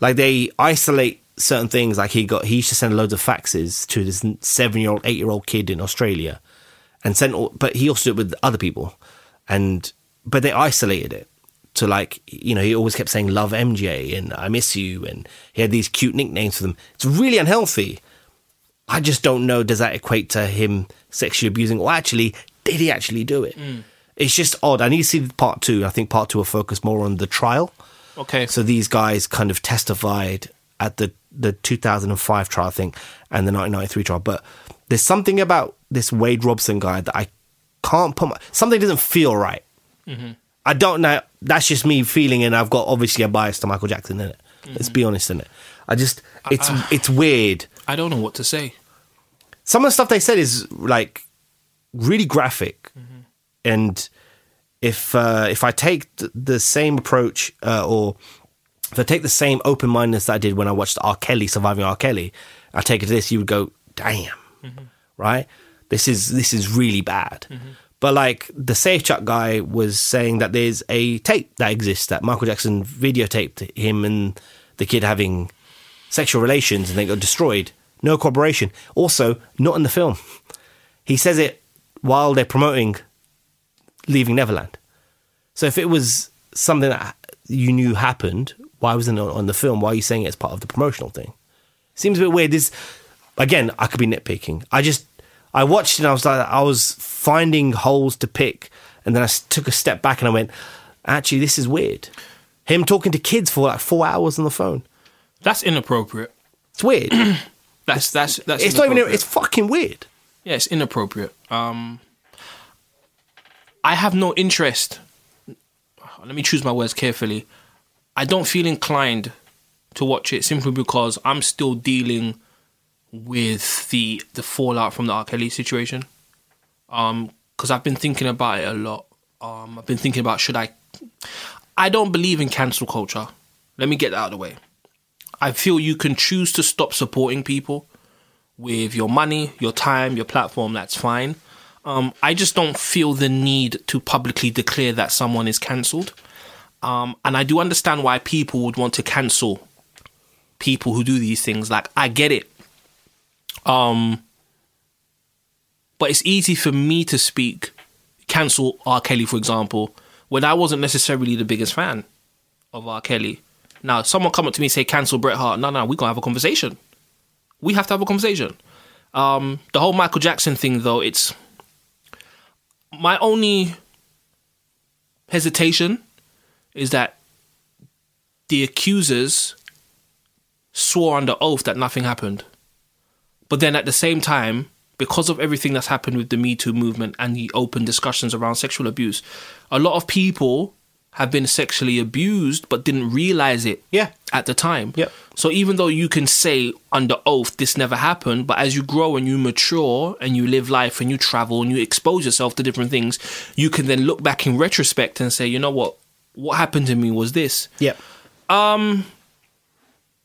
like they isolate certain things. Like he got he used to send loads of faxes to this seven year old, eight year old kid in Australia, and sent. all- But he also did it with other people, and but they isolated it to like you know he always kept saying love MJ and I miss you and he had these cute nicknames for them. It's really unhealthy. I just don't know. Does that equate to him sexually abusing, or actually did he actually do it? It's just odd. I need to see part two. I think part two will focus more on the trial.
Okay.
So these guys kind of testified at the the 2005 trial, I think, and the 1993 trial. But there's something about this Wade Robson guy that I can't put my something doesn't feel right. I don't know. That's just me feeling, and I've got obviously a bias to Michael Jackson in it. Let's be honest in it. Mm-hmm. I just it's it's weird.
I don't know what to say.
Some of the stuff they said is like really graphic, and if uh, if I take th- the same approach uh, or if I take the same open mindedness that I did when I watched R. Kelly surviving R. Kelly, I take it to this, you would go, damn, right? This is this is really bad. But like the Safe Chuck guy was saying that there's a tape that exists that Michael Jackson videotaped him and the kid having sexual relations and they got destroyed. No corroboration. Also, not in the film. He says it while they're promoting leaving Neverland. So if it was something that you knew happened, why wasn't it on- on the film? Why are you saying it's part of the promotional thing? Seems a bit weird. This again, I could be nitpicking. I just I watched it and I was like I was finding holes to pick and then I s- took a step back and I went, actually this is weird. Him talking to kids for like 4 hours on the phone.
That's inappropriate.
It's weird.
That's that's that's.
it's not even
inappropriate.
it's fucking weird.
Yeah, it's inappropriate. Um, I have no interest. Let me choose my words carefully. I don't feel inclined to watch it simply because I'm still dealing with the the fallout from the R. Kelly situation. Um, because I've been thinking about it a lot. Um, I've been thinking about should I? I don't believe in cancel culture. Let me get that out of the way. I feel you can choose to stop supporting people with your money, your time, your platform, that's fine. Um, I just don't feel the need to publicly declare that someone is cancelled. Um, and I do understand why people would want to cancel people who do these things. Like, I get it. Um, but it's easy for me to speak, cancel R. Kelly, for example, when I wasn't necessarily the biggest fan of R. Kelly. Now, if someone come up to me and say, cancel Bret Hart. No, no, we're going to have a conversation we have to have a conversation. Um, the whole Michael Jackson thing, though, it's my only hesitation is that the accusers swore under oath that nothing happened. But then at the same time, because of everything that's happened with the Me Too movement and the open discussions around sexual abuse, a lot of people have been sexually abused but didn't realize it
Yeah.
at the time.
Yep.
So even though you can say under oath this never happened, but as you grow and you mature and you live life and you travel and you expose yourself to different things, you can then look back in retrospect and say, you know what, what happened to me was this.
Yeah.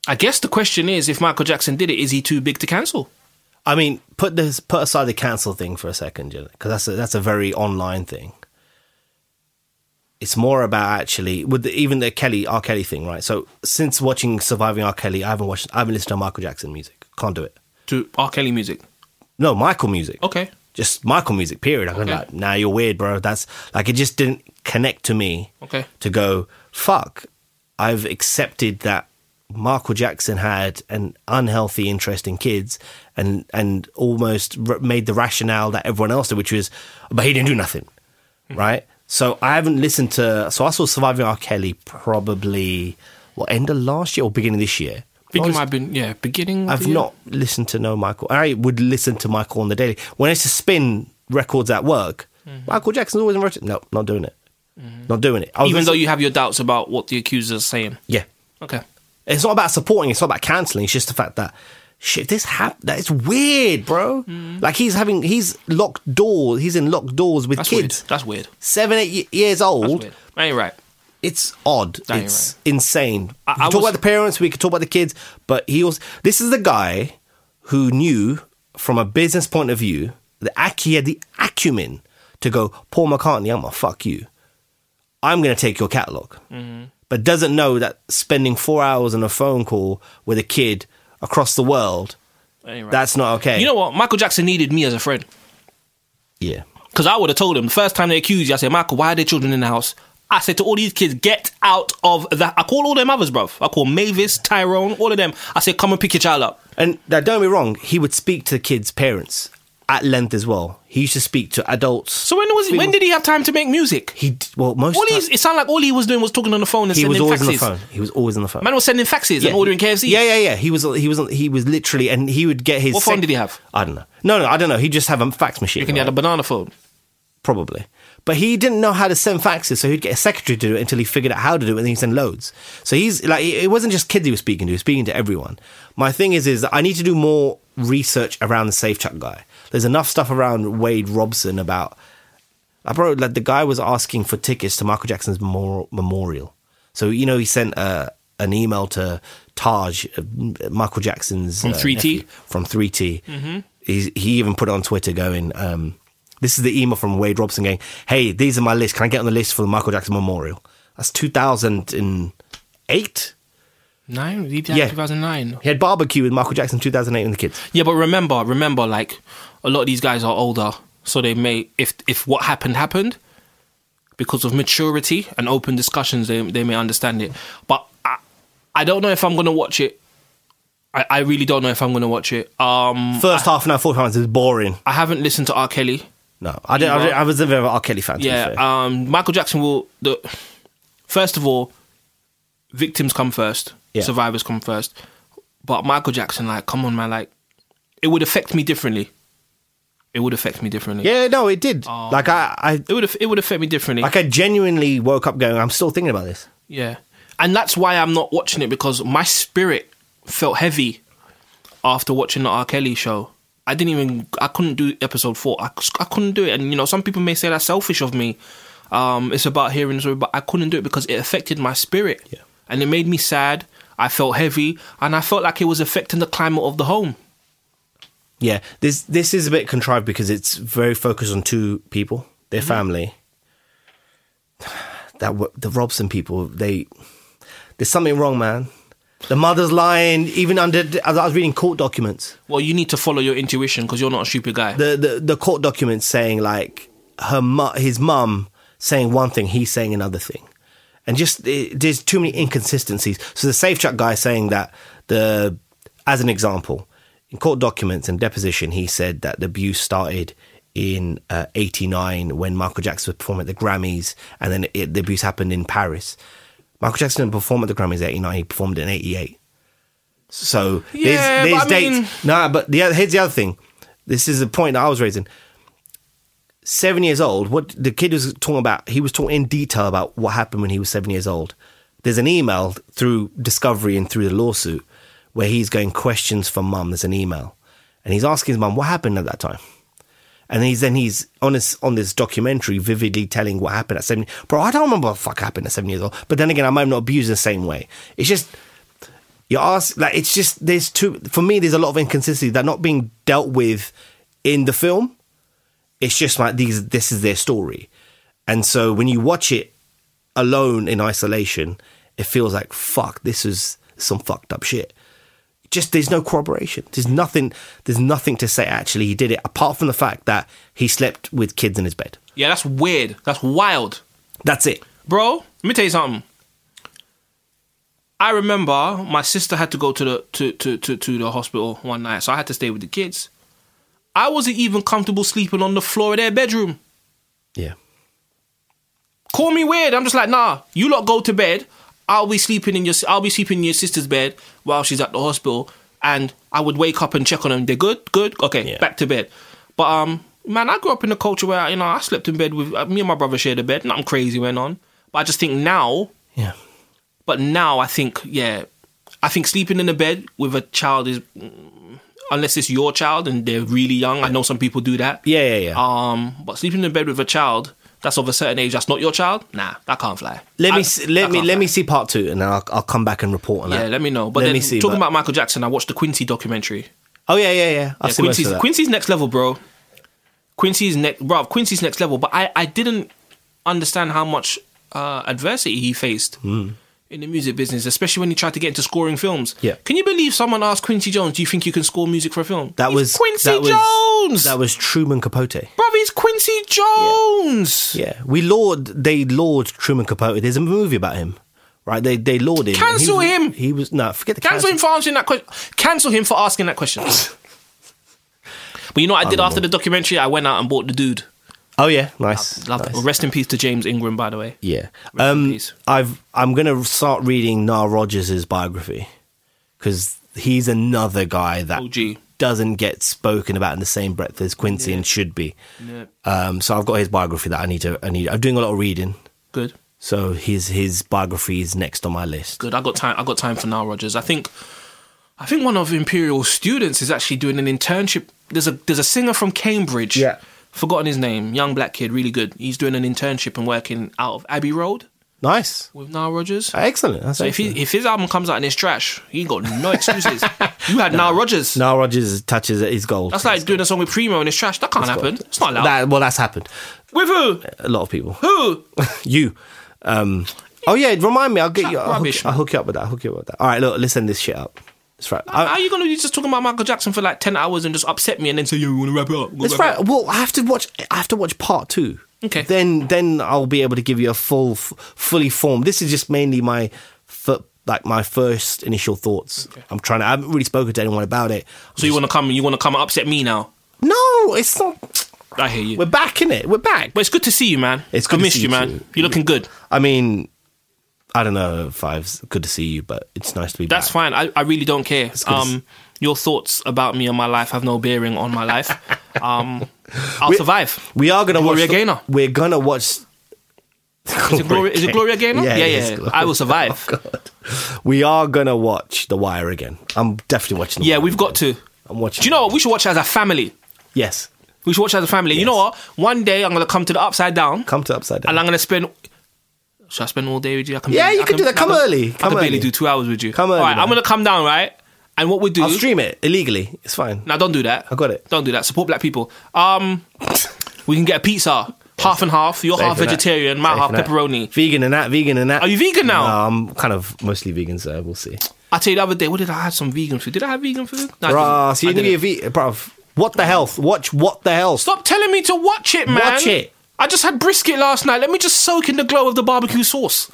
I guess the question is, if Michael Jackson did it, is he too big to cancel?
I mean, put this put aside the cancel thing for a second, because that's a, that's a very online thing. It's more about actually with the, even the Kelly R Kelly thing, right? So since watching Surviving R Kelly, I haven't watched, I haven't listened to Michael Jackson music. Can't do it.
To R. Kelly music.
No, Michael music.
Okay.
Just Michael music. Period. I was
Okay.
like, nah, you're weird, bro. That's like it just didn't connect to me.
Okay.
To go fuck, I've accepted that Michael Jackson had an unhealthy interest in kids and and almost r- made the rationale that everyone else did, which was, but he didn't do nothing,
Hmm.
right? So I haven't listened to. So I saw Surviving R. Kelly probably what end of last year or beginning of this year.
I think it
Honest-
might have been, yeah, beginning. of
I've
the uh, year.
not listened to no Michael. I would listen to Michael on the daily. When I used to spin records at work,
Mm-hmm.
Michael Jackson's always in rotation. No, not doing it. Not doing it. I was
Even though
listening-
you have your doubts about what the accusers are saying.
yeah,
Okay.
it's not about supporting. It's not about canceling. It's just the fact that shit. This hap- That it's weird, bro.
Mm-hmm.
Like he's having he's locked doors. He's in locked doors with
That's
kids,
weird. That's weird.
seven eight y- years
That's
old.
weird. I ain't right.
It's odd.
No, you're
it's insane.
I-
I,
I
talk
was-
about the parents. We could talk about the kids, but he also. This is the guy who knew, from a business point of view, the ac- he had the acumen to go. Paul McCartney, I'm gonna fuck you. I'm gonna take your catalog,
Mm-hmm.
but doesn't know that spending four hours on a phone call with a kid across the world,
I ain't right.
that's not okay.
you know what? Michael Jackson needed me as a friend.
yeah.
Because I would have told him the first time they accused you, I said, Michael, why are there children in the house? I said to all these kids, get out of that. I call all their mothers, bruv. I call Mavis, Tyrone, all of them. I said, come and pick your child up.
And now, don't be wrong, he would speak to the kids' parents at length as well. He used to speak to adults.
So when was he, when did he have time to make music?
he? d- Well, most
All
ti-
he's, it sounded like all he was doing was talking on the phone and
he
sending
was always
faxes.
on the phone. He was always on the phone.
Man was sending faxes and ordering KFC.
Yeah, yeah, yeah. He was he was he was literally, and he would get his.
What phone did he have?
I don't know. No, no, I don't know. He just have a fax machine.
You can
right?
get a banana phone.
probably. But he didn't know how to send faxes, so he'd get a secretary to do it until he figured out how to do it, and then he'd send loads. So he's like, it it wasn't just kids he was speaking to; he was speaking to everyone. My thing is, is that I need to do more research around the SafeChat guy. There's enough stuff around Wade Robson about, I bro, like the guy was asking for tickets to Michael Jackson's memorial. memorial. So you know, he sent a an email to Taj, uh, Michael Jackson's uh,
From Mm-hmm. 3T?
nephew, from 3T. He's, he even put it on Twitter going, um, this is the email from Wade Robson going, hey, these are my list. Can I get on the list for the Michael Jackson Memorial? That's 2008.
Nine? He died
Yeah.
in 2009.
He had barbecue with Michael Jackson 2008 and the kids.
Yeah, but remember, remember, like, a lot of these guys are older, so they may, if if what happened happened, because of maturity and open discussions, they, they may understand it. But I, I don't know if I'm going to watch it. I, I really don't know if I'm going to watch it. Um,
First half an hour, 45 minutes is boring.
I haven't listened to R. Kelly.
No, I, didn't, I,
You
didn't- I was never an R. Kelly fan. To
Yeah,
be fair.
um, Michael Jackson will. The, first of all, victims come first,
Yeah.
survivors come first. But Michael Jackson, like, come on, man, like, it would affect me differently. It would affect me differently.
yeah, no, it did.
Oh.
like, I, I,
it would aff- it would affect me differently.
like I genuinely woke up going, I'm still thinking about this.
Yeah, and that's why I'm not watching it because my spirit felt heavy after watching the R. Kelly show. I didn't even I couldn't do episode four. I, c- I couldn't do it, and you know some people may say that's selfish of me. Um, it's about hearing the story, but I couldn't do it because it affected my spirit.
Yeah.
and it made me sad. I felt heavy, and I felt like it was affecting the climate of the home.
Yeah, this this is a bit contrived because it's very focused on two people, their family. That w- the Robson people, they there's something wrong, man. The mother's lying, even under. As I was reading court documents,
Well, you need to follow your intuition because you're not a stupid guy.
the the, the court documents saying like her mu- his mum saying one thing, he's saying another thing, and just it, there's too many inconsistencies. So the safe track guy saying that the as an example in court documents and deposition, he said that the abuse started in uh, 89 when Michael Jackson was performing at the Grammys, and then it, the abuse happened in Paris. Michael Jackson didn't perform at the Grammys in 89, he performed in 88. So
Yeah,
there's, there's
but I
dates.
mean-
Nah, but the other, here's the other thing. This is the point that I was raising. Seven years old. What the kid was talking about? He was talking in detail about what happened when he was seven years old. There's an email through Discovery and through the lawsuit where he's going questions from mum. There's an email, and he's asking his mum what happened at that time. And he's then he's on this on this documentary vividly telling what happened at seven. Bro, I don't remember what the fuck happened at seven years old. But then again, I might not abuse in the same way. It's just you ask like it's just there's too for me there's a lot of inconsistency that not being dealt with in the film. It's just like these this is their story, and so when you watch it alone in isolation, it feels like fuck. This is some fucked up shit just there's no corroboration. There's nothing. There's nothing to say actually he did it, apart from the fact that he slept with kids in his bed.
yeah, that's weird. That's wild.
That's it.
Bro, let me tell you something. I remember my sister had to go to the to, to, to, to the hospital one night, so I had to stay with the kids. I wasn't even comfortable sleeping on the floor of their bedroom.
Yeah.
Call me weird. I'm just like, nah, you lot go to bed. I'll be sleeping in your I'll be sleeping in your sister's bed while she's at the hospital. And I would wake up and check on them. They're good, good, okay,
Yeah.
back to bed. But um, man, I grew up in a culture where you know I slept in bed with uh, me and my brother shared a bed. Nothing crazy went on. But I just think now
Yeah.
but now I think, yeah, I think sleeping in a bed with a child is, mm, unless it's your child and they're really young. I know some people do that.
Yeah, yeah, yeah.
Um, but sleeping in a bed with a child that's of a certain age, that's not your child. Nah, that can't fly.
let me
I-
s-
that
let me
can't
let
fly.
me see part two, and then I'll, I'll come back and report on
Yeah,
that.
let me know. But
Let
then
me see,
talking
but-
about Michael Jackson, I watched the Quincy documentary.
Oh yeah, yeah, yeah. I've
Yeah,
seen most of
Quincy's
that.
Quincy's next level, bro. Quincy's next, bro. Quincy's next level. But I, I didn't understand how much uh, adversity he faced
Hmm.
in the music business, especially when he tried to get into scoring films.
Yeah.
Can you believe someone asked Quincy Jones, "Do you think you can score music for a film?"
That
He's
was
Quincy
that was-
Jones,
That was Truman Capote.
bro. He's Quincy Jones.
Yeah, we laud they laud Truman Capote. There's a movie about him, right? They they laud him.
Cancel
he was,
him!
He was no forget the
Cancel him for answering that question. Cancel him for asking that question. but you know what I did after the documentary? I went out and bought the dude.
Oh yeah, nice.
Love
nice.
it. Rest in peace to James Ingram, by the way.
Yeah.
Rest in
Um,
peace.
I've I'm gonna start reading Nile Rogers' biography because he's another guy that
OG.
doesn't get spoken about in the same breath as Quincy and should be.
Yeah.
Um, so I've got his biography that I need to I need. I'm doing a lot of reading,
Good.
so his his biography is next on my list.
good. I got time. I got time for now, Rogers. I think, I think one of Imperial's students is actually doing an internship. There's a there's a singer from Cambridge.
Yeah.
forgotten his name. Young black kid, really good. He's doing an internship and working out of Abbey Road
Nice,
with Nile Rogers.
excellent. That's
So if
excellent.
he, if his album comes out and it's trash, he ain't got no excuses. you had Nile Rogers.
Nile Rogers touches his gold.
That's like doing a song with Primo and it's trash. That can't happen. It's not allowed.
That, well, that's happened.
With who?
A lot of people.
Who?
you. Um, oh yeah, remind me. I'll get you. I'll hook,
rubbish,
I'll hook you up with that. I'll hook you up with that. All right, look, let's end this shit up. That's right.
How
I,
are you gonna be just talking about Michael Jackson for like ten hours and just upset me and then say, "Yo, we wanna wrap it up?" We'll
that's
wrap it up."
right. Well, I have to watch. I have to watch part two.
Okay.
Then, then I'll be able to give you a full, f- fully formed. This is just mainly my, fir- like my first initial thoughts. I'm trying to. I haven't really spoken to anyone about it.
So you wanna come? You wanna come and upset me now?
No, it's not.
I hear you.
We're back in it. We're back.
But it's good to see you, man.
It's
I
good to
missed
see
you,
you
man.
too.
You're looking good.
I mean, I don't know if I've good to see you, but it's nice to be
That's
back.
fine. I, I really don't care.
good to
Um, your thoughts about me and my life have no bearing on my life. Um, I'll survive.
We are gonna
Gloria
watch. the-
Gaynor.
we're gonna watch.
Is it, Gloria, is it Gloria Gaynor? Yeah, yeah.
is Gloria.
I will survive.
God. We are gonna watch The Wire again. I'm definitely watching. The
yeah,
Wire
we've got
again.
to.
I'm watching.
Do you know what? We should watch as a family.
Yes.
We should watch as a family. You know what? One day I'm gonna come to the upside down,
Come to upside down.
and I'm gonna spend. Should I spend all day with you? I can
Yeah,
barely-
you
I
can do that. Come
I can-
early.
I
Come
can barely
early.
do two hours with you.
Come
All
early,
right, I'm
man.
gonna come down, right? And what we do?
I'll stream it illegally. It's fine.
Now don't do that.
I got it.
Don't do that. Support black people. Um, we can get a pizza, half and half. You're
Safe
half
for that.
vegetarian, my
Safe
half
for that.
pepperoni.
Vegan and that. Vegan and that.
Are you vegan now?
No, I'm kind of mostly vegan, so we'll see.
I tell you the other day, what did I have? Some vegan food. Did I have vegan food? No, I
Bruh,
didn't.
so
I
you need to be a vegan,
didn't.
bruv. What the health? Watch what the health.
Stop telling me to watch it, man.
Watch it.
I just had brisket last night. Let me just soak in the glow of the barbecue sauce.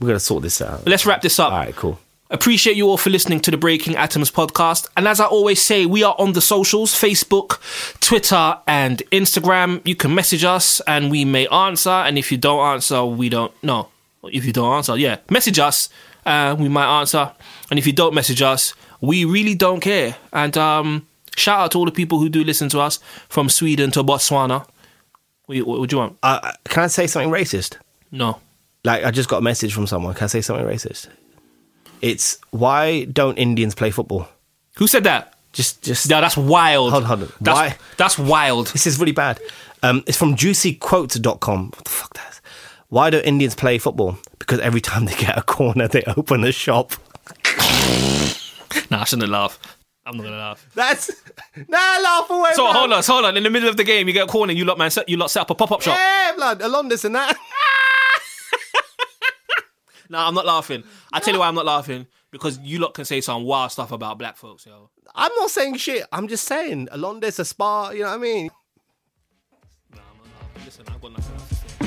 We're gonna sort this out.
Let's wrap this up.
All right, cool.
Appreciate you all for listening to the Breaking Atoms podcast. And as I always say, we are on the socials Facebook, Twitter, and Instagram. You can message us and we may answer. And if you don't answer, we don't. No. If you don't answer, yeah, message us. Uh, we might answer. And if you don't message us, we really don't care. And um, shout out to all the people who do listen to us from Sweden to Botswana. What, what, what do you want?
Uh, can I say something racist?
No.
Like I just got a message from someone. Can I say something racist? It's why don't Indians play football?
Who said that?
Just, just
No, that's wild.
Hold on, hold on.
That's,
Why-
that's wild.
this is really bad. Um, it's from juicyquotes.com. What the fuck that is? Why do Indians play football? Because every time they get a corner, they open a shop.
Nah, I shouldn't laugh. I'm not gonna laugh.
That's nah, laugh away.
So
man.
hold on, so hold on. In the middle of the game, you get a corner. You lot, man, set, you lot set up a pop up shop.
Yeah, blood, along this and that.
No, I'm not laughing. I tell you why I'm not laughing because you lot can say some wild stuff about black folks, yo.
I'm not saying shit. I'm just saying along this a spa. You know what I mean?
Nah, I'm not laughing. Listen, I've got nothing else to say.